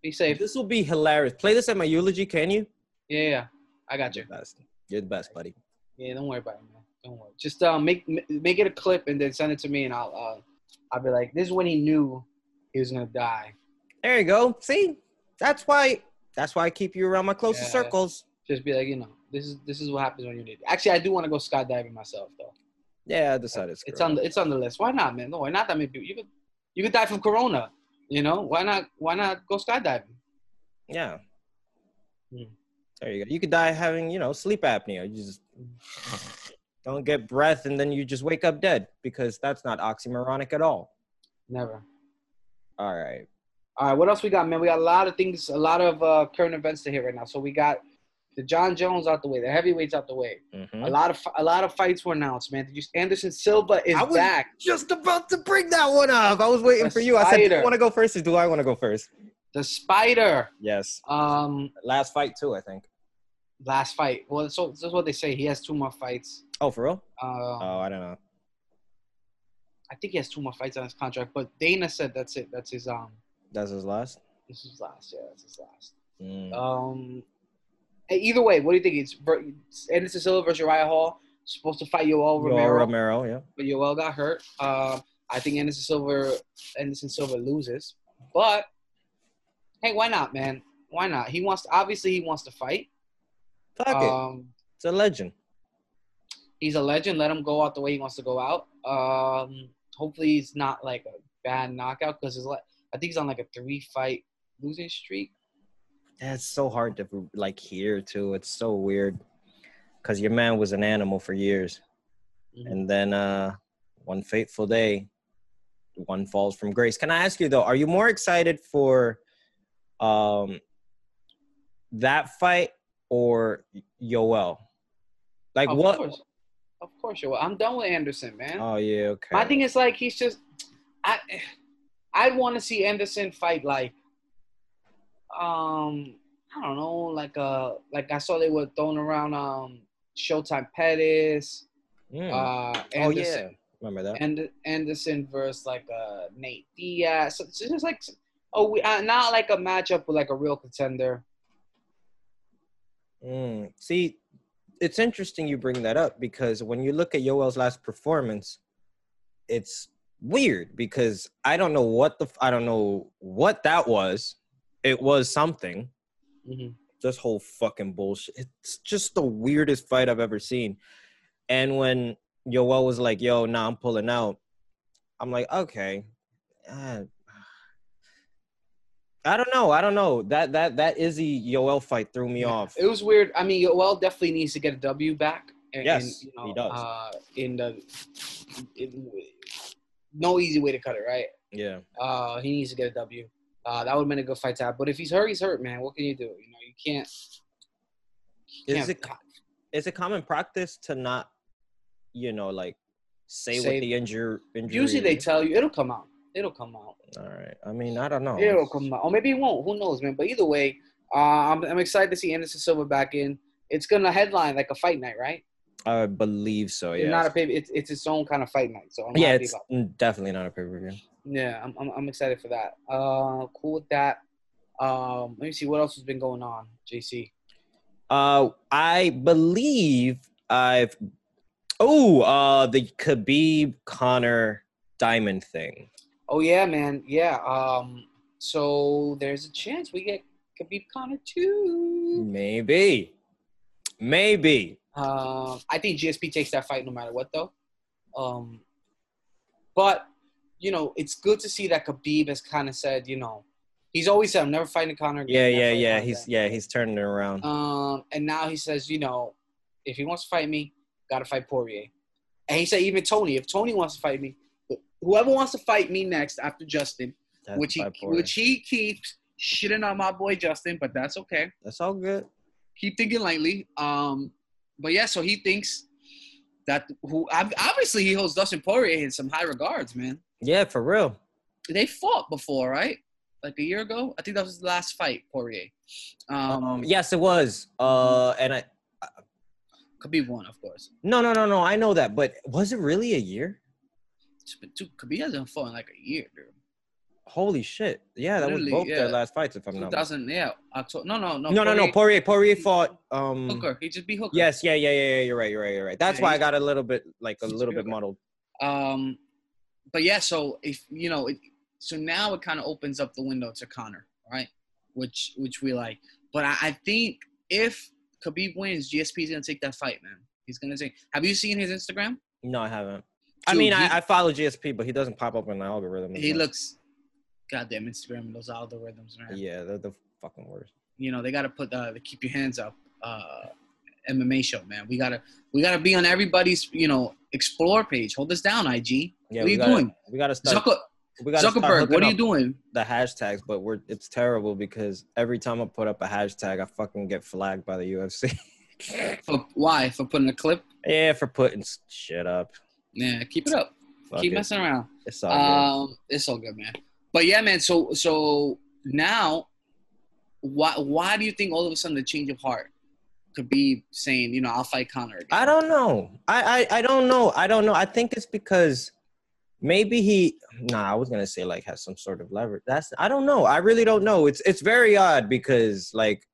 A: Be safe.
B: This will be hilarious. Play this at my eulogy, can you?
A: Yeah, yeah, I got you.
B: You're the best. You're the best, buddy.
A: Yeah, don't worry about it, man. Don't worry. Just uh, make m- make it a clip and then send it to me, and I'll uh, I'll be like, this is when he knew he was gonna die.
B: There you go. See, that's why. That's why I keep you around my closest
A: Yeah.
B: circles.
A: Just be like, you know, this is this is what happens when you need. It. Actually, I do want to go skydiving myself though.
B: Yeah, I decided.
A: It's
B: screw
A: on
B: it.
A: the it's on the list. Why not, man? No, why not that many people? You could you could die from corona. You know why not? Why not go skydiving?
B: Yeah.
A: Hmm.
B: There you go. You could die having, you know, sleep apnea. You just don't get breath, and then you just wake up dead because that's not oxymoronic at all.
A: Never.
B: All right.
A: All right, what else we got, man? We got a lot of things, a lot of uh, current events to hit right now. So we got the John Jones out the way, the heavyweights out the way.
B: Mhm.
A: A lot of a lot of fights were announced, man. Did you, Anderson Silva is
B: I was-
A: back.
B: Just about to bring that one up. I was waiting for you. I said, do
A: Spider.
B: you want to go first, or do I want to go first?
A: The Spider.
B: Yes.
A: Um,
B: Last fight too, I think.
A: last fight. Well, so this is what they say. He has two more fights.
B: Oh, for real?
A: Uh,
B: Oh, I don't know.
A: I think he has two more fights on his contract. But Dana said that's it. That's his um.
B: That's his last.
A: This is last. Yeah, that's his last.
B: Mm.
A: Um, hey, either way, what do you think? It's Ver- Anderson Silva versus Uriah Hall. Supposed to fight Yoel
B: Romero.
A: Oh, Romero,
B: Romero. Yeah.
A: but Yoel got hurt. Um, I think Anderson Silva, Anderson Silva loses. But hey, why not, man? Why not? He wants. obviously, he wants to fight.
B: Fuck it.
A: Um,
B: It's a legend.
A: he's a legend. Let him go out the way he wants to go out. Um, hopefully, it's not like a bad knockout because like, I think he's on like a three fight losing streak.
B: That's so hard to like hear too. It's so weird because your man was an animal for years,
A: Mhm.
B: and then uh, one fateful day, one falls from grace. Can I ask you though? Are you more excited for um, that fight or Yoel? Like
A: of
B: what?
A: Course. Of course, you will. I'm done with Anderson, man.
B: Oh yeah, okay.
A: My thing is like he's just I I want to see Anderson fight like um I don't know like uh like I saw they were throwing around um Showtime Pettis
B: Mm.
A: uh
B: oh
A: Anderson
B: yeah, remember that?
A: and Anderson versus like uh, Nate Diaz. So it's just like oh, we uh, not like a matchup with like a real contender.
B: Mm. See, it's interesting you bring that up because when you look at Yoel's last performance, it's weird because I don't know what the f- I don't know what that was. It was something.
A: Mhm.
B: This whole fucking bullshit. It's just the weirdest fight I've ever seen. And when Yoel was like, "Yo, nah, I'm pulling out," I'm like, "Okay." Uh, I don't know. I don't know. That that that Izzy Yoel fight threw me off.
A: It was weird. I mean, Yoel definitely needs to get a W back. And,
B: Yes,
A: and,
B: he does.
A: Uh, in the in, no easy way to cut it, right?
B: Yeah.
A: Uh, he needs to get a W. Uh, that would have been a good fight to have. But if he's hurt, he's hurt, man. What can you do? You know, you can't. you
B: is
A: can't
B: it co- is it common practice to not you know like say,
A: Say-
B: what the injury injury
A: usually they
B: is?
A: tell you it'll come out. It'll come out.
B: All right. I mean, I don't know.
A: It'll come out. Or maybe it won't. Who knows, man? But either way, uh, I'm, I'm excited to see Anderson Silva back in. It's gonna headline like a fight night, right?
B: I believe so.
A: It's
B: Yeah.
A: not a pay. It's it's its own kind of fight night. So I'm
B: Oh, yeah,
A: happy
B: it's
A: about.
B: definitely not a pay per view.
A: Yeah, I'm, I'm I'm excited for that. Uh, cool with that. Um, let me see what else has been going on, JC.
B: Uh, I believe I've. Oh, uh, the Khabib Connor Diamond thing.
A: Oh yeah, man. Yeah. Um. So there's a chance we get Khabib Connor too.
B: Maybe. Maybe.
A: Um. I think GSP takes that fight no matter what, though. Um. But you know, it's good to see that Khabib has kind of said, you know, he's always said, "I'm never fighting Connor." again,
B: Yeah,
A: never
B: yeah,
A: fighting
B: yeah.
A: Conor
B: He's
A: again."
B: yeah, he's turning it around.
A: Um. And now he says, you know, if he wants to fight me, gotta fight Poirier. And he said, even Tony, if Tony wants to fight me, whoever wants to fight me next after Justin.
B: That's
A: which he
B: bipolar.
A: which he keeps shitting on my boy Justin, but that's okay.
B: That's all good.
A: Keep thinking lightly. Um, but yeah, so he thinks that who ob- obviously he holds Dustin Poirier in some high regards, man.
B: Yeah, for real.
A: They fought before, right? Like a year ago, I think that was the last fight Poirier. Um, Mm-hmm.
B: Um, yes, it was. Uh, and I
A: Khabib won, of course.
B: no, no, no, no. I know that, but was it really a year?
A: But dude, Khabib hasn't fought in like a year, dude.
B: Holy shit! Yeah, that was
A: Literally,
B: both their
A: yeah.
B: last fights, if I'm not.
A: 2000, yeah, October. No, no, no.
B: No, no, no.
A: Poirier-
B: Poirier, Poirier fought. Um,
A: Hooker. He just beat Hooker.
B: Yes, yeah, yeah, yeah, yeah. You're right, you're right, you're right. That's
A: Yeah,
B: why I
A: he's-
B: got a little bit like a
A: he's
B: little bit
A: good.
B: muddled.
A: Um, but yeah, so if you know, it, so now it kind of opens up the window to Connor, right? Which which we like. But I, I think if Khabib wins, GSP's gonna take that fight, man. He's gonna take. Have you seen his Instagram?
B: No, I haven't. I
A: Dude,
B: mean,
A: he-
B: I, I follow GSP, but he doesn't pop up in my algorithm. as
A: He
B: much.
A: looks, goddamn Instagram and those algorithms, man.
B: Yeah, they're the fucking worst.
A: You know they gotta put uh, the keep your hands up. Uh, MMA show, man. We gotta we gotta be on everybody's you know explore page. Hold us down, IG.
B: Yeah,
A: What
B: we
A: are you
B: gotta,
A: doing?
B: We gotta start.
A: Zucker,
B: we gotta start
A: Zuckerberg,
B: hooking
A: what are you
B: up
A: doing?
B: The hashtags, but we're it's terrible because every time I put up a hashtag, I fucking get flagged by the UFC.
A: For, why? For putting a clip
B: yeah, for putting s- shit up.
A: Yeah, keep it up.
B: Fuck
A: keep
B: it.
A: messing around.
B: It's all good.
A: Um, it's all good, man. But yeah, man. So so now, why why do you think all of a sudden the change of heart could be saying you know I'll fight Connor? Again?
B: I don't know. I, I I don't know. I don't know. I think it's because maybe he. Nah, I was gonna say like has some sort of leverage. That's I don't know. I really don't know. It's it's very odd because like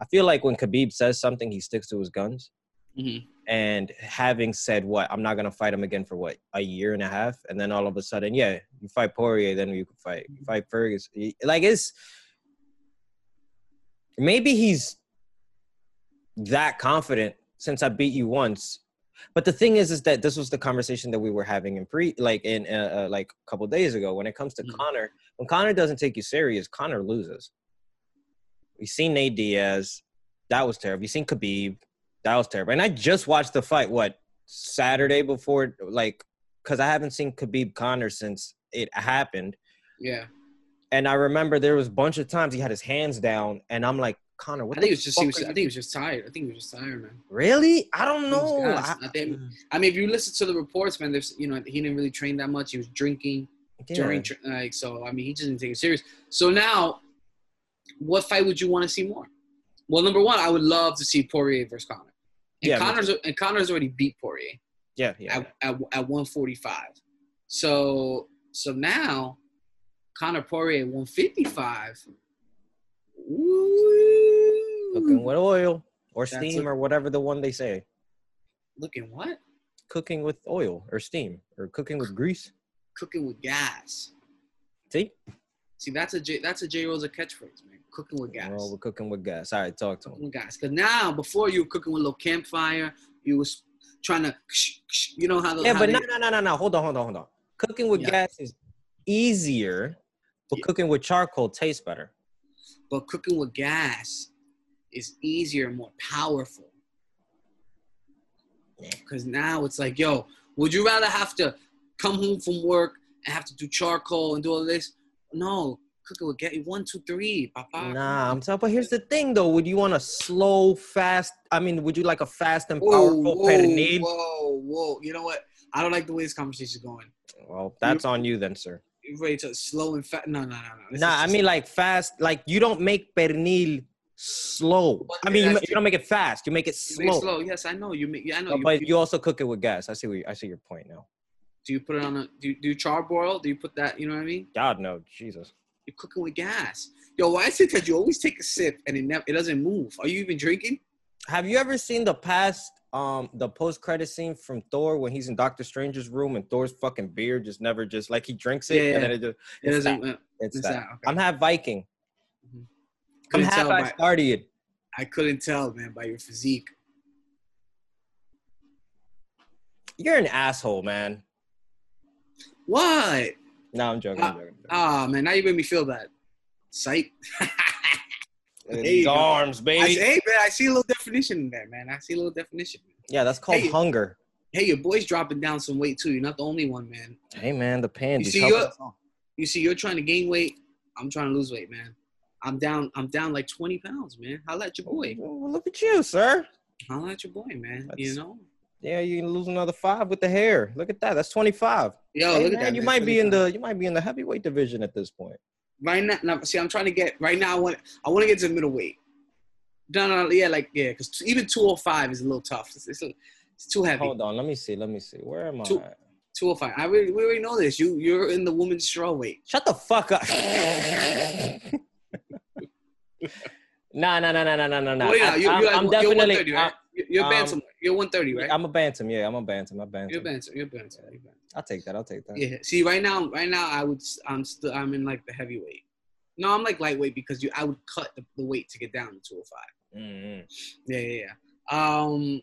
B: I feel like when Khabib says something, he sticks to his guns.
A: Mhm.
B: And having said what, I'm not gonna fight him again for what a year and a half, and then all of a sudden, yeah, you fight Poirier, then you can fight you fight Fergus. Like it's maybe he's that confident since I beat you once. But the thing is, is that this was the conversation that we were having in pre, like in uh, uh, like a couple days ago. When it comes to
A: Mhm.
B: Connor, when Connor doesn't take you serious, Connor loses. We seen Nate Diaz, that was terrible. You seen Khabib, that was terrible. And I just watched the fight. What Saturday before, like, because I haven't seen Khabib Connor since it happened.
A: Yeah,
B: And I remember there was a bunch of times he had his hands down, and I'm like, Connor, what
A: I think
B: the
A: it was just he
B: fuck
A: was,
B: are
A: I
B: you-
A: think he was just tired. I think he was just tired, man.
B: really? I don't
A: He was
B: know.
A: gassed.
B: I- Mm,
A: I think- I mean, if you listen to the reports, man, there's you know he didn't really train that much. He was drinking
B: yeah.
A: during tr- like so. I mean, he just didn't take it serious. So now, what fight would you want to see more? Well, number one, I would love to see Poirier versus Connor. And
B: Yeah, me
A: Connor's and Connor's already beat Poirier.
B: yeah, yeah,
A: at, at, at 145. So so now Conor Poirier at 155. Ooh,
B: cooking with oil or
A: That's
B: steam
A: a-
B: or whatever the one they say.
A: Looking what?
B: Cooking with oil or steam or cooking with grease.
A: Cooking with gas.
B: See,
A: See, that's a J, that's a J Rosa catchphrase, man. Cooking with gas.
B: we're over cooking with gas. All right, talk to
A: Cooking
B: him.
A: with gas. Because now, before you were cooking with a little campfire, you was trying to, you know how the
B: Yeah,
A: how
B: but
A: they-
B: no, no, no, no, no. Hold on, hold on, hold on. Cooking with
A: Yeah.
B: gas is easier, but
A: Yeah.
B: cooking with charcoal tastes better.
A: but cooking with gas is easier and more powerful. Because now it's like, yo, would you rather have to come home from work and have to do charcoal and do all this? No, cooking with gas. One, two, three, papa.
B: Nah, I'm telling. But here's the thing, though. Would you want a slow, fast? I mean, would you like a fast and
A: Whoa,
B: powerful
A: whoa,
B: pernil?
A: whoa, whoa. You know what? I don't like the way this conversation is going.
B: Well, that's on you then, sir.
A: Wait, so slow and fast. No, no, no, no. This
B: Nah,
A: is
B: I
A: just-
B: mean like fast. Like you don't make pernil slow.
A: But
B: I mean you,
A: that's
B: ma- you don't make it fast. You make it
A: You make
B: slow.
A: slow. Yes, I know. You make. Yeah, I know.
B: Uh,
A: you,
B: But
A: you-
B: you also cook it with gas. I see. What you, I see your point now.
A: do you put it on a? Do you, do you charboil? Do you put that? You know what I mean?
B: God no, Jesus.
A: You're cooking with gas. Yo, why is it that you always take a sip and it never it doesn't move? Are you even drinking?
B: Have you ever seen the past, um, the post credit scene from Thor when he's in Doctor Strange's room and Thor's fucking beer just never just like he drinks it
A: Yeah,
B: and then it just
A: It
B: It's
A: doesn't. uh,
B: it's
A: It's
B: that.
A: that. Okay.
B: I'm half Viking. I'm
A: couldn't
B: half
A: tell.
B: I
A: By,
B: started.
A: I couldn't tell, man, by your physique.
B: You're an asshole, man.
A: What?
B: No, I'm joking. I'm joking.
A: Ah, man, now you made me feel bad. Psych.
B: It's
A: there you go.
B: arms,
A: I
B: baby.
A: say, hey, man, I see a little definition in there, man. I see a little definition.
B: Yeah, that's called
A: Hey.
B: hunger.
A: Hey, your boy's dropping down some weight too. You're not the only one, man.
B: Hey, man, the
A: You
B: panties.
A: see,
B: help
A: you're,
B: us.
A: you see, you're trying to gain weight. I'm trying to lose weight, man. I'm down. I'm down like 20 pounds, man. Holla at your boy.
B: Well, look at you, sir.
A: Holla at your boy, man. You
B: That's-
A: know.
B: Yeah, you can lose another five with the hair. Look at that. That's 25.
A: Yo,
B: Hey,
A: Oh, look at
B: man,
A: that.
B: You
A: man.
B: might be in
A: 25.
B: the you might be in the heavyweight division at this point.
A: right now, now see i'm trying to get right now i want i want to get to middleweight no no no, yeah like yeah because even 205 is a little tough it's, it's, it's too heavy
B: Hold on, let me see. Let me see. Where am I?
A: Two- 205 i already we already know this you you're in the women's strawweight
B: Shut the fuck up. nah, nah, nah, nah, nah, nah, nah, nah.
A: Wait, no,
B: I-
A: Oh, you, you're,
B: I'm,
A: like,
B: I'm
A: one- you're
B: definitely.
A: 130 right You're- you're
B: um,
A: bantam you're 130
B: I,
A: right
B: am a bantam. Yeah, I'm a bantam. I'm a
A: you're bantam
B: bantam.
A: you're bantam, you're bantam.
B: I'll take that. I'll take that.
A: yeah see right now right now i would s- i'm still i'm in like the heavyweight no i'm like lightweight because you i would cut the, the weight to get down to 205
B: Mhm.
A: yeah yeah yeah um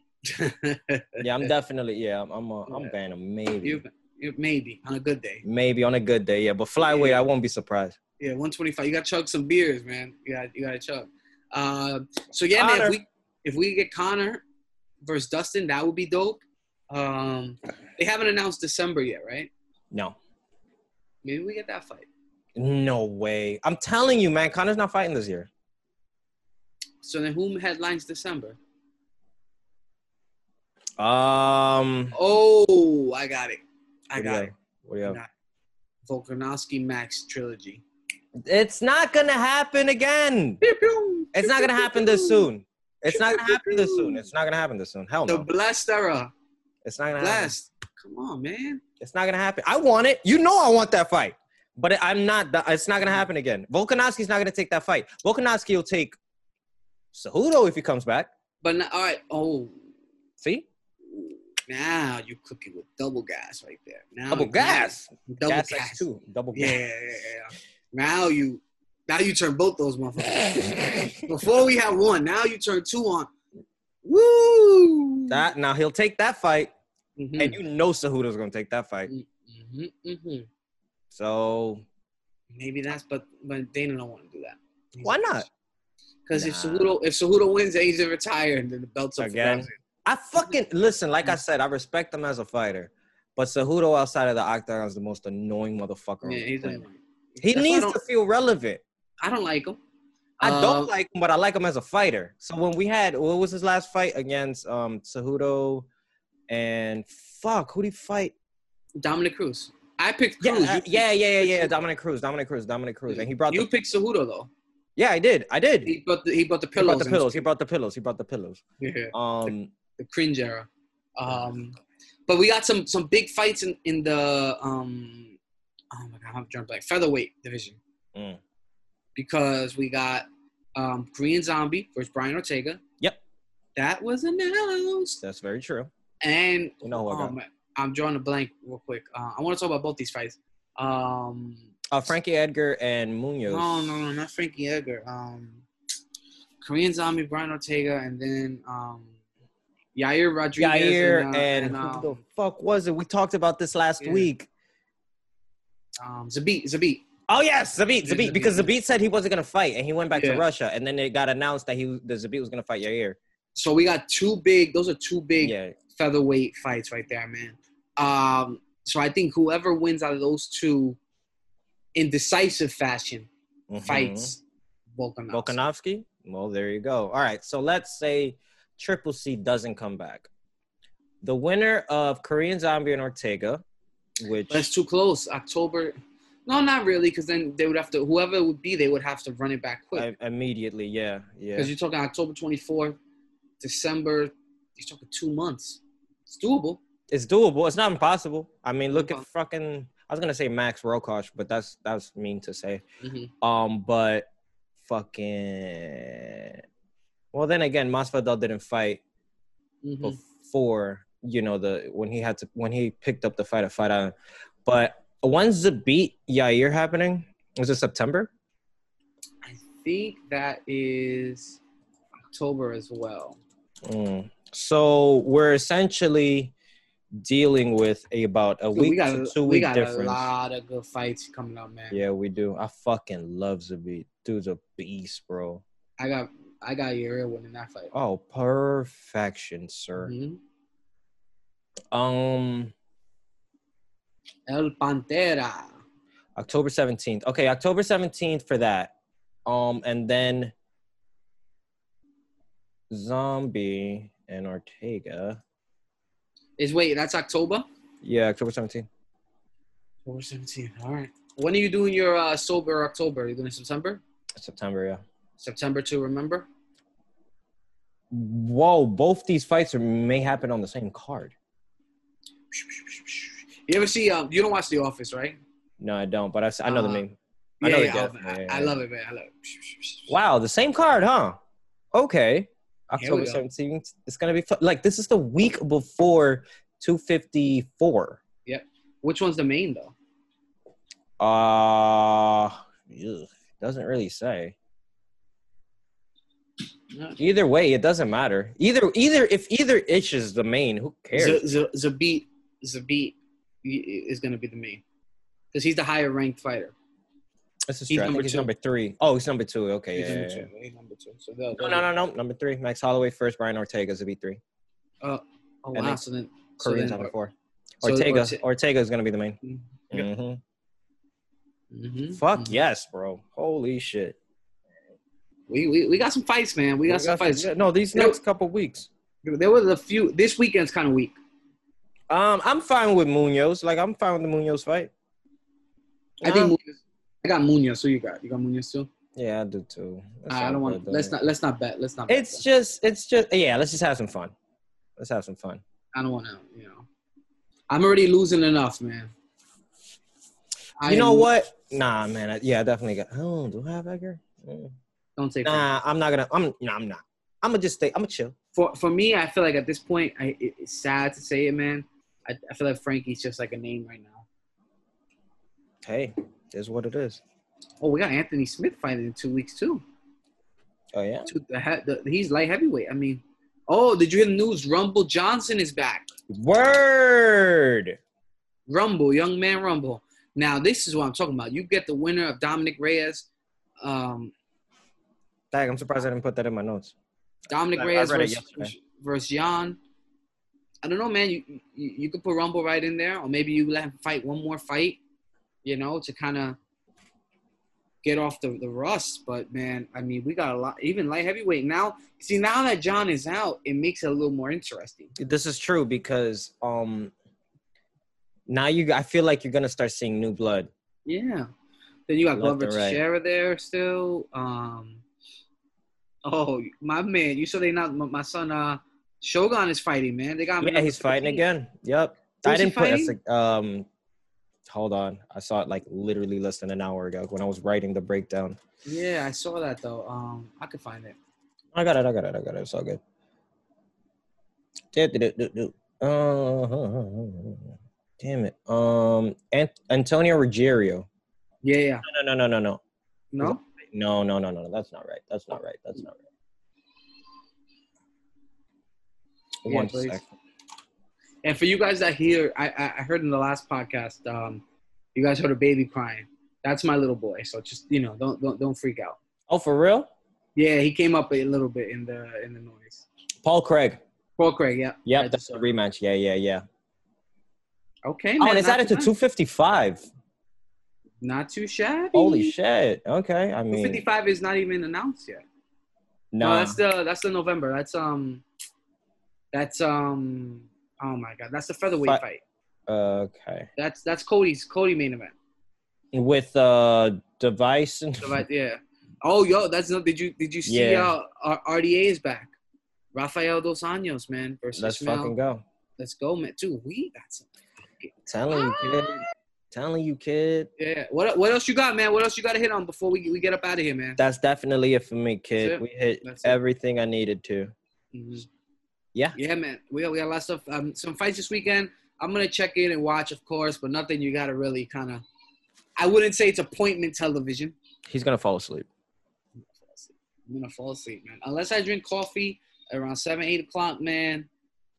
B: Yeah, I'm definitely. Yeah, I'm. I'm, a, I'm
A: Yeah.
B: bantam. Maybe.
A: you you maybe on a good day
B: Maybe on a good day. Yeah, but flyweight,
A: Yeah.
B: I won't be surprised.
A: Yeah, 125. You got to chug some beers, man. You got you got to chug. Uh, so yeah, man,
B: Connor.
A: if we if we get Connor versus Dustin, that would be dope. Um, they haven't announced December yet, right?
B: No.
A: Maybe we get that fight.
B: No way. I'm telling you, man. Connor's not fighting this year.
A: So then, whom headlines December?
B: Um.
A: Oh, I got it. I
B: what do you
A: got
B: have?
A: it.
B: What do you have?
A: Volkanovski Max trilogy.
B: It's not gonna happen again. It's not gonna happen this soon. It's not gonna happen this soon. It's not gonna happen this soon. Hell
A: The
B: no.
A: blessed era.
B: It's not gonna happen.
A: Blessed. Come on, man.
B: It's not gonna happen. I want it. You know I want that fight. But I'm not. It's not gonna happen again. Volkanovski's not gonna take that fight. Volkanovski will take Cejudo if he comes back.
A: But not, all right. Oh,
B: See,
A: now you cooking with double gas right there. Now
B: double
A: you-
B: gas.
A: Mm-hmm. double
B: gas,
A: gas,
B: X two. Double
A: Yeah,
B: gas.
A: yeah, yeah, yeah. Now you, now you turn both those motherfuckers. Before we had one, now you turn two on. Mm-hmm, Woo!
B: That now he'll take that fight,
A: Mhm,
B: and you know Cejudo's gonna take that fight.
A: mhm, mhm.
B: So
A: Maybe that's but but Dana don't want to do that.
B: Why not?
A: Because if
B: Nah.
A: Cejudo if Cejudo wins, then he's gonna retire and then the belt's up for
B: Again?
A: grabs.
B: I fucking listen. Like I said, I respect him as a fighter, but Cejudo outside of the octagon is the most annoying motherfucker. on
A: Yeah,
B: the
A: he's
B: planet.
A: annoying.
B: he
A: That's why I
B: needs
A: don't-
B: to feel relevant.
A: I don't like him.
B: I
A: Uh,
B: don't like him, but I like him as a fighter. So when we had what was his last fight against um Cejudo and fuck who did he fight?
A: Dominic Cruz. I picked
B: Yeah,
A: Cruz.
B: uh,
A: You picked-
B: yeah, yeah, yeah, yeah. Dominic Cruz, Dominic Cruz, Dominic Cruz, and he brought
A: you
B: the
A: picked Cejudo though.
B: yeah, I did, I did.
A: He brought the he brought the
B: He brought
A: pillows.
B: the
A: and-
B: pillows. He brought the pillows. He brought the pillows.
A: Yeah.
B: Um,
A: the cringe era. Um, but we got some some big fights in in the um, oh my god, I'm drawing a blank featherweight division
B: Mm.
A: because we got um, Korean Zombie versus Brian Ortega.
B: Yep.
A: that was announced.
B: that's very true.
A: And
B: You know who I
A: oh
B: got.
A: my- I'm drawing a blank real quick. Uh, I want to talk about both these fights. Um,
B: Uh, Frankie Edgar and Munoz.
A: no, no, no, not Frankie Edgar. Um, Korean Zombie, Brian Ortega, and then um, Yair Rodriguez.
B: Yair
A: uh,
B: and,
A: um,
B: who the fuck was it? We talked about this last
A: yeah.
B: week.
A: Um, Zabit, Zabit.
B: Oh yes, Zabit,
A: Yeah,
B: Zabit, because
A: Zabit.
B: Zabit said he wasn't gonna fight, and he went back
A: Yeah.
B: to Russia, and then it got announced that he the Zabit was gonna fight Yair.
A: So we got two big. Those are two big
B: Yeah,
A: featherweight fights right there, man. Um, so I think whoever wins out of those two, in decisive fashion,
B: Mhm.
A: fights Volkanovski.
B: Volkanovski. Well, there you go. All right, so let's say Triple C doesn't come back. The winner of Korean Zombie and Ortega, which
A: But it's too close. October. No, not really, because then they would have to whoever it would be, they would have to run it back quick.
B: I, immediately, yeah, yeah.
A: Because you're talking October 24th, December. You're talking two months. It's doable.
B: It's doable. It's not impossible. I mean, look at
A: Okay.
B: fucking. I was gonna say Max Rokosh, but that's that's mean to say.
A: Mhm.
B: Um, but fucking. Well, then again, Masvidal didn't fight
A: Mhm.
B: before you know the when he had to when he picked up the fight at Fight Island. But when's the beat Yair happening? Is it September?
A: I think that is October as well.
B: Mm. So we're essentially dealing with a, about a
A: Dude,
B: week
A: we got
B: to
A: a,
B: two
A: we
B: week
A: got a
B: difference.
A: lot of good fights coming up, man.
B: Yeah, we do. I fucking love Zabit. Dude's a beast, bro.
A: I got I got Yair winning that fight.
B: Oh, perfection, sir.
A: Mhm.
B: Um,
A: El Pantera.
B: October 17th. Okay, October 17th for that. Um, and then Zombie and Ortega.
A: Is wait, that's October?
B: Yeah, October 17th.
A: October 17th. All right. When are you doing your uh, sober October? Are you doing September?
B: September, yeah.
A: September to remember?
B: Whoa, both these fights are, may happen on the same card.
A: You ever see um you don't watch The Office, right?
B: No, I don't, but I, s- I know the
A: Uh,
B: name. I know the
A: yeah,
B: guy.
A: I, I-
B: Yeah,
A: I
B: yeah.
A: love it, man. I love it.
B: Wow, the same card, huh? Okay.
A: Here we
B: October
A: go.
B: 17th. It's going to be fu- like this is the week before 254.
A: Which one's the main though?
B: Uh, ugh, doesn't really say.
A: Yeah.
B: Either way, it doesn't matter. Either either if either itch is the main, who cares?
A: Z- Z- Zabit Zabit i- i- is gonna be the main because he's the higher ranked fighter.
B: This is
A: he's
B: true. I
A: number
B: think he's
A: two.
B: number three. Oh, he's number two. Okay.
A: He's
B: Yeah,
A: number
B: yeah,
A: two. He's number two. So they'll-
B: yeah. No, no, no, no. Number three. Max Holloway first. Brian Ortega's a B three.
A: Oh
B: And
A: wow!
B: then
A: So then so
B: Korean's
A: then-
B: number four.
A: so
B: Ortega.
A: Orte-
B: Ortega is gonna be the main.
A: Mhm.
B: Mhm.
A: Mhm.
B: Fuck
A: Mhm.
B: yes, bro. Holy shit.
A: We, we we got some fights, man. We got some fights.
B: yeah, No, these
A: Yep.
B: next couple weeks.
A: There was a few. This weekend's kind of weak.
B: Um, I'm fine with Munoz. Like, I'm fine with the Munoz fight. Um,
A: I think Munoz- I got Munoz. So you got you got Munoz too.
B: Yeah, I do too. That's
A: I
B: all
A: don't want.
B: good,
A: to
B: though.
A: Let's not. Let's not bet. Let's not. Bet
B: It's just. It's just. Yeah. Let's just have some fun. Let's have some fun.
A: I don't want to. You know. I'm already losing enough, man. I
B: you
A: am-
B: know what? Nah, man. I, yeah, I definitely got. Oh, do I have Edgar? Mm.
A: Don't take that.
B: Nah, I'm not gonna. I'm. No, I'm not. I'm gonna just stay. I'm gonna chill.
A: for for me. I feel like at this point, I it, it's sad to say it, man. I, I feel like Frankie's just like a name right now.
B: Hey, is what it is.
A: Oh, we got Anthony Smith fighting in two weeks too.
B: Oh yeah.
A: Two, the, he- the, he's light heavyweight. I mean, oh, did you hear the news? Rumble Johnson is back.
B: Word.
A: Rumble, young man, Rumble. Now this is what I'm talking about. You get the winner of Dominic Reyes. Um,
B: Dag, I'm surprised I didn't put that in my notes.
A: Dominic
B: I- I
A: Reyes
B: read it
A: versus,
B: yesterday.
A: versus Jan. I don't know, man. You, you you could put Rumble right in there, or maybe you let him fight one more fight, you know, to kind of get off the, the rust. But man, I mean, we got a lot. Even light heavyweight now. See, now that John is out, it makes it a little more interesting.
B: This is true because um, now you. I feel like you're gonna start seeing new blood.
A: Yeah. Then you got
B: Left
A: Glover
B: and right.
A: Teixeira there still. Um, oh, my man, you saw they not my, my son uh, Shogun is fighting, man. They got him.
B: Yeah, he's fighting again. Yep. I
A: Who's he
B: didn't put
A: fighting?
B: Essex- um hold on. I saw it like literally less than an hour ago when I was writing the breakdown.
A: Yeah, I saw that though. Um, I could find it.
B: I got it, I got it, I got it. It's all good. Du-du-du-du-du. Uh, Damn it. Um Ant- Antonio Ruggiero.
A: Yeah, yeah.
B: No no no no no.
A: No,
B: No no no no no. That's not right. That's not right. That's not right.
A: Yeah,
B: One
A: please.
B: second.
A: and for you guys that hear, I I I heard in the last podcast, um, you guys heard a baby crying. That's my little boy. So just you know, don't don't don't freak out.
B: Oh, for real?
A: Yeah, he came up a little bit in the in the noise.
B: Paul Craig.
A: Paul Craig, yeah. I
B: Yep,
A: just
B: that's a
A: saw it.
B: rematch. Yeah, yeah, yeah.
A: Okay,
B: Oh,
A: man.
B: and it's
A: not
B: added
A: too
B: to
A: bad.
B: 255.
A: Not too shabby.
B: Holy shit. Okay. I mean,
A: 255 is not even announced yet. No,
B: no.
A: that's the that's the November. That's um, that's um. Oh my God, that's the featherweight
B: Fi-
A: fight.
B: Okay.
A: That's that's Cody's Cody main event.
B: with uh device and
A: So, right, yeah. Oh, yo, that's not. Did you did you see?
B: Yeah.
A: Uh, our RDA is back. Rafael dos Anjos, man, versus
B: let's
A: Ismael.
B: fucking go.
A: Let's go, man. Dude, we got some.
B: Telling you, kid.
A: Ah.
B: Telling you, kid.
A: Yeah. What what else you got, man? What else you got to hit on before we, we get up out of here, man?
B: That's definitely it for me, kid.
A: it.
B: We hit
A: That's it.
B: everything I needed to.
A: Mhm.
B: Yeah.
A: Yeah, man. We got, we got a lot of stuff. Um, some fights this weekend. I'm gonna check in and watch, of course, but nothing you gotta really kind of. I wouldn't say it's appointment television.
B: He's gonna fall asleep.
A: I'm gonna fall asleep, man. Unless I drink coffee around seven, eight o'clock, man,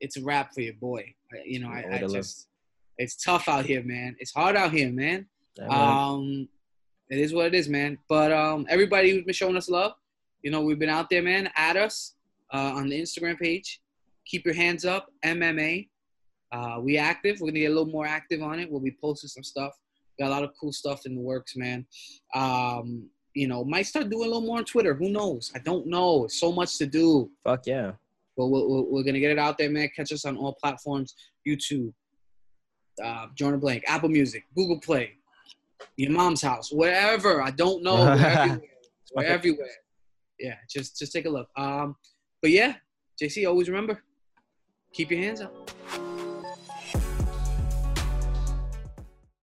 A: it's a wrap for your boy. I, you know, I,
B: Lord, I
A: I
B: love-
A: just. It's tough out here, man. It's hard out here, man.
B: Yeah, man.
A: Um, it is what it is, man. But um, everybody who's been showing us love, you know, we've been out there, man. At us uh, on the Instagram page. Keep your hands up, MMA. Uh, we active. We're gonna get a little more active on it. We'll be posting some stuff. Got a lot of cool stuff in the works, man. Um, you know, might start doing a little more on Twitter. Who knows? I don't know. So much to do
B: Fuck yeah.
A: but we're, we're, we're gonna get it out there, man. Catch us on all platforms: YouTube, uh, Jordan Blank, Apple Music, Google Play, your mom's house, wherever. I don't know. We're everywhere. We're everywhere. Yeah, just just take a look. Um, but yeah, JC, always remember, keep your hands up.